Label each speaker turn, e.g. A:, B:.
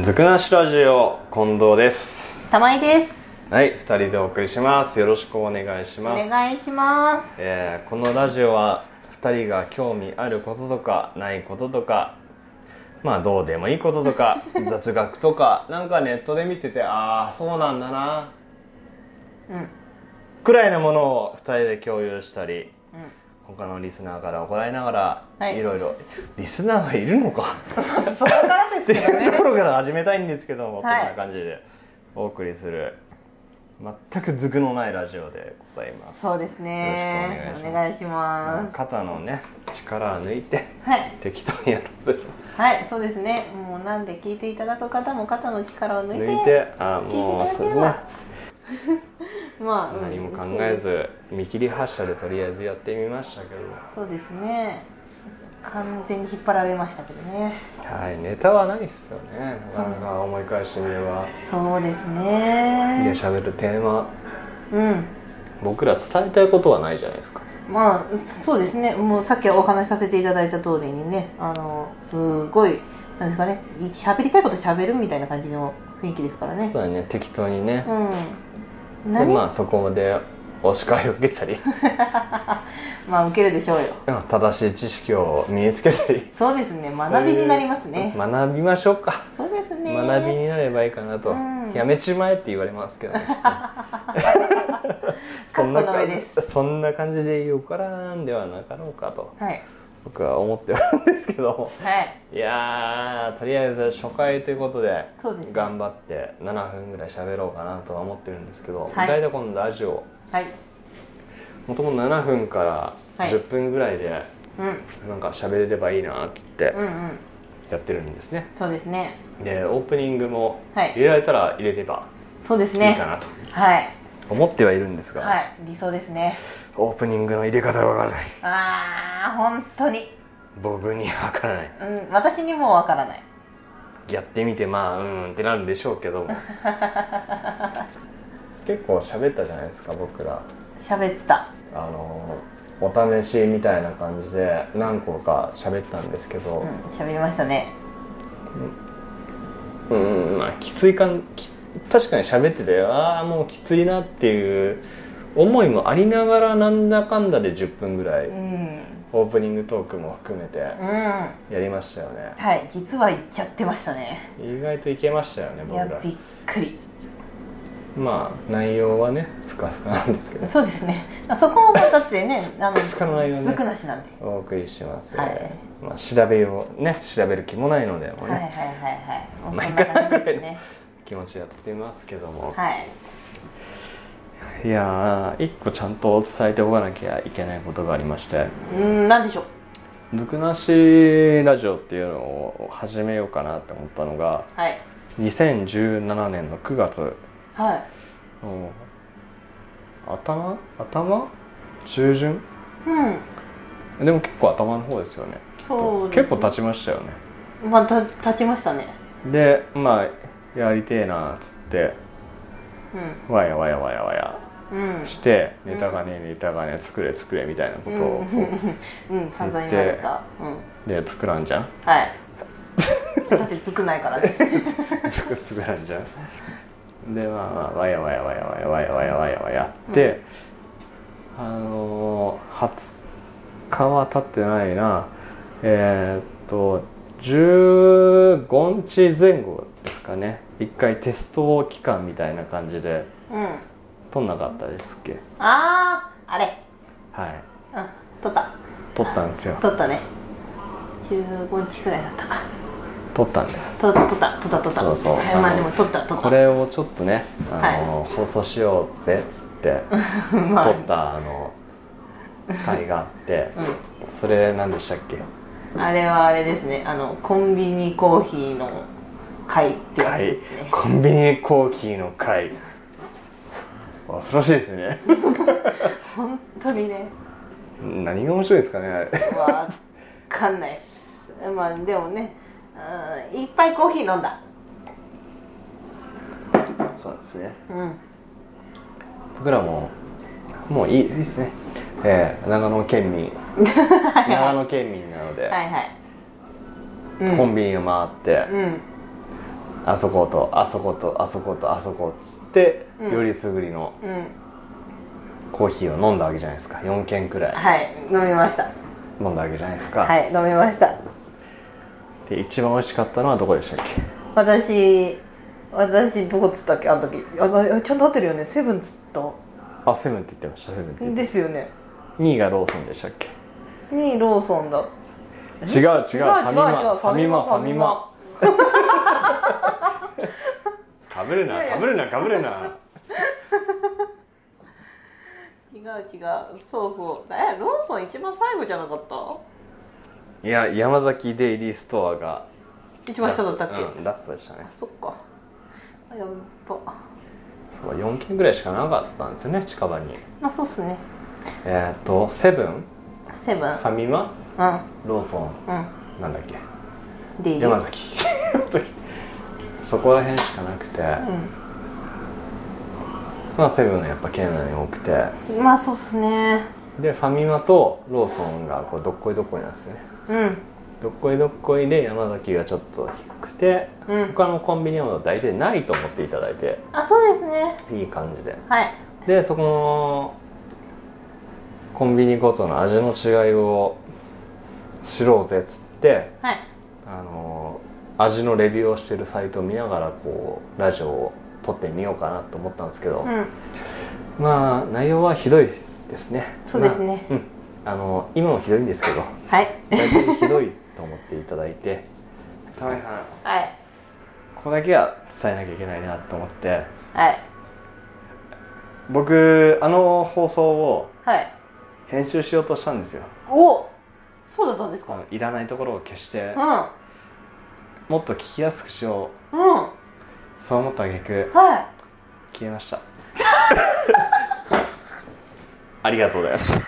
A: ずくなしラジオ近藤です
B: 玉井です
A: はい2人でお送りしますよろしくお願いし
B: お
A: ます、
B: 願いします
A: えーこのラジオは2人が興味あることとかないこととかまあどうでもいいことと か雑学とかなんかネットで見ててああそうなんだな
B: うん
A: くらいのものを2人で共有したり、他のリスナーから怒られながら、
B: はい
A: いろいろリスナーがいるのか
B: それから
A: っ
B: で
A: て
B: すけど
A: いうと
B: ね
A: ころから始めたいんですけども、
B: はい
A: そんな感じでお送りする全くずくのないラジオでございます
B: そうですね
A: よろしく
B: お
A: お願
B: 願いします
A: 肩のね力を抜いて
B: はい
A: 適当にやろうと
B: はいそうですねもうなんで聞いていただく方も肩の力を抜いて
A: 抜いてあー
B: 聞いてい
A: もう
B: ただけ
A: そ
B: れ
A: んな
B: ばまあ
A: 何も考
B: うん
A: えず見切り発車でとりあえずやってみましたけども
B: そうですね完全に引っ張られましたけどね
A: はいネタはないっすよねなかなか思い返してみれば
B: そうです
A: で
B: ね
A: 喋るテーマ
B: うん
A: 僕ら伝えたいことはないじゃないですか
B: まあそうですねもうさっきお話しさせていただいた通りにねあのすごいなんですかねい喋りたいこと喋るみたいな感じの雰囲気ですからね
A: そうだね適当にね、
B: うん
A: で
B: 何
A: ま
B: ま
A: あそこでお叱りを受けたり
B: あ受けるでしょうよ
A: うん正しい知識を身につけたり
B: そうですね学びになりますね
A: そういう学びましょうか、
B: そうですね
A: 学びになればいいかなと、
B: うん
A: やめちまえって言われますけどね きっと
B: 覚悟の上
A: 感
B: です
A: そんな感じでよからんではなかろうかと
B: はい
A: 僕は思ってはるんですけども
B: はい
A: いやーとりあえず初回ということで
B: そうですね
A: 頑張って7分ぐらい喋ろうかなとは思ってるんですけど、
B: はい
A: 大体このラジオ
B: はい
A: もともと7分か
B: は
A: ら
B: い
A: 10分ぐらいで
B: うん
A: なんか喋れればいいなっつって
B: うんうん
A: やってるんですね、
B: そうですね
A: でオープニングも
B: はい
A: 入れられたら入れれば
B: そうです
A: いい
B: ね
A: かなと
B: はい
A: 思ってはいるんですが、
B: はい理想ですね
A: オープニングの入れ方がわからない
B: ああ本当に
A: 僕にはわからない
B: うん私にもわからない
A: やってみてまあうーんってなるんでしょうけども 結構喋ったじゃないですか僕ら
B: 喋った
A: あのお試しみたいな感じで何個か喋ったんですけ
B: う
A: ど
B: ん喋りましたね
A: うんうんまあきつい感き確かに喋っててああもうきついなっていう思いもありながらなんだかんだで10分ぐらい
B: うん
A: オープニングトークも含めて
B: うんは
A: やりましたよね、
B: い実は言っちゃってましたね
A: 意外といけましたよね
B: い
A: 僕
B: や
A: ら
B: びっくり
A: まあ内容はねスカスカなんですけどス
B: そうですねあそこもだって ねあの
A: カスカの内容
B: ずく
A: ね
B: なしなんで
A: お送りします、
B: はい
A: まあ、調べようね調べる気もないのでもう
B: はい
A: ね、
B: はいはいはいそんな感じですね
A: 気持ちやってますけども、
B: はい
A: い、やー一個ちゃんと伝えておかなきゃいけないことがありまして
B: うんなんでしょう
A: 「ずくなしラジオ」っていうのを始めようかなって思ったのが
B: はい
A: 2017年の9月
B: はい
A: の頭頭中旬
B: うん
A: でも結構頭の方ですよねきっと
B: そうですね
A: 結構経ちましたよね
B: また立ちましたね
A: でまあやりてえなっつって
B: うん
A: わやわやわやわや
B: うん
A: してネタがねネタがね作れ作れみたいなことを
B: うん
A: こ
B: うん散々言われたうん
A: うで作らんじゃん
B: はいだってずくないからね
A: 作作らんじゃんでまあまあわやわやわやわやわやわやわやわやって、あのー、20日は経ってないなえー、っと15日前後ですかね一回テスト期間みたいな感じで
B: うん
A: 取んなかったですっけ
B: あああれ
A: はい
B: うん取った
A: 取ったんですよ
B: 取ったね15日くらいだったか
A: 取ったんです
B: と取った取った取った
A: そうそう
B: はい
A: あ
B: まあ
A: の
B: でも取った取った
A: これをちょっとね、あの放送しようぜっつって
B: まあ
A: 撮ったあの回があって、それ何でしたっけ
B: あれはあれですねあのコンビニコーヒーの会ってやつ
A: 回
B: ですね、
A: コンビニコーヒーの回恐ろしいですね
B: 本当にね
A: 何が面白いですかねあれ
B: わかんないっすまあでもねうんいっぱいコーヒー飲んだ
A: そうですね
B: うん
A: 僕らももういいいいですねええ長野県民長野県民なので、
B: はいはい
A: コンビニを回って、
B: うん
A: あそことあそことあそことあそこっつって、
B: うん
A: よりすぐりの
B: うん
A: コーヒーを飲んだわけじゃないですか4軒くらい
B: はい飲みました
A: 飲んだわけじゃないですか、
B: はい飲みました
A: で一番美味しかったのはどこでしたっけ
B: 私私どこつったっけあの時あのちゃんと合ってるよねセブンつった
A: あセブンって言ってましたセブンって言って
B: ですよね
A: 2位がローソンでしたっけ
B: にローソンだ
A: 違う違うフ
B: 違う違う
A: ァミマ
B: ファミマ
A: ファミマかぶるなかぶるなかぶるな
B: 違う違うそうそうえローソン一番最後じゃなかった
A: いや山崎デイリーストアが
B: 一番下だったっけ、
A: うんラストでしたね
B: そっかあやっぱ
A: そう4軒ぐらいしかなかったんですよね近場に
B: まあそうっすね
A: えーっとセブン
B: セブン
A: ファミマ
B: う
A: ローソ
B: んうん
A: ンなんだっけ
B: でいい
A: 山崎 山崎そこら辺しかなくて、まあセブンがやっぱ県内に多くて
B: うんまあそうっすね
A: でファミマとローソンがこうどっこいどっこいなんですね
B: うん
A: どっこいどっこいで山崎がちょっと低くて、
B: うん
A: 他のコンビニはもう大体ないと思っていただいて
B: あそうですね
A: いい感じで
B: はい
A: でそこのコンビニごとの味の違いを知ろうぜっつって
B: はい
A: あの味のレビューをしてるサイトを見ながらこうラジオを撮ってみようかなと思ったんですけど、
B: うん
A: まあ内容はひどいですね
B: そうですね
A: まあうんあの今もひどいんですけど
B: はい
A: 大体ひどいと思っていただいてタメさん
B: はい
A: ここだけは伝えなきゃいけないなと思って
B: はい
A: 僕あの放送を
B: はい
A: 編集しようとしたんですよ
B: おそうだったんです
A: こ
B: か
A: のいらないところを消して
B: う
A: もっと聞きやすくしようん
B: うん
A: そう思った挙句
B: は
A: 消えました ありがとうございました
B: い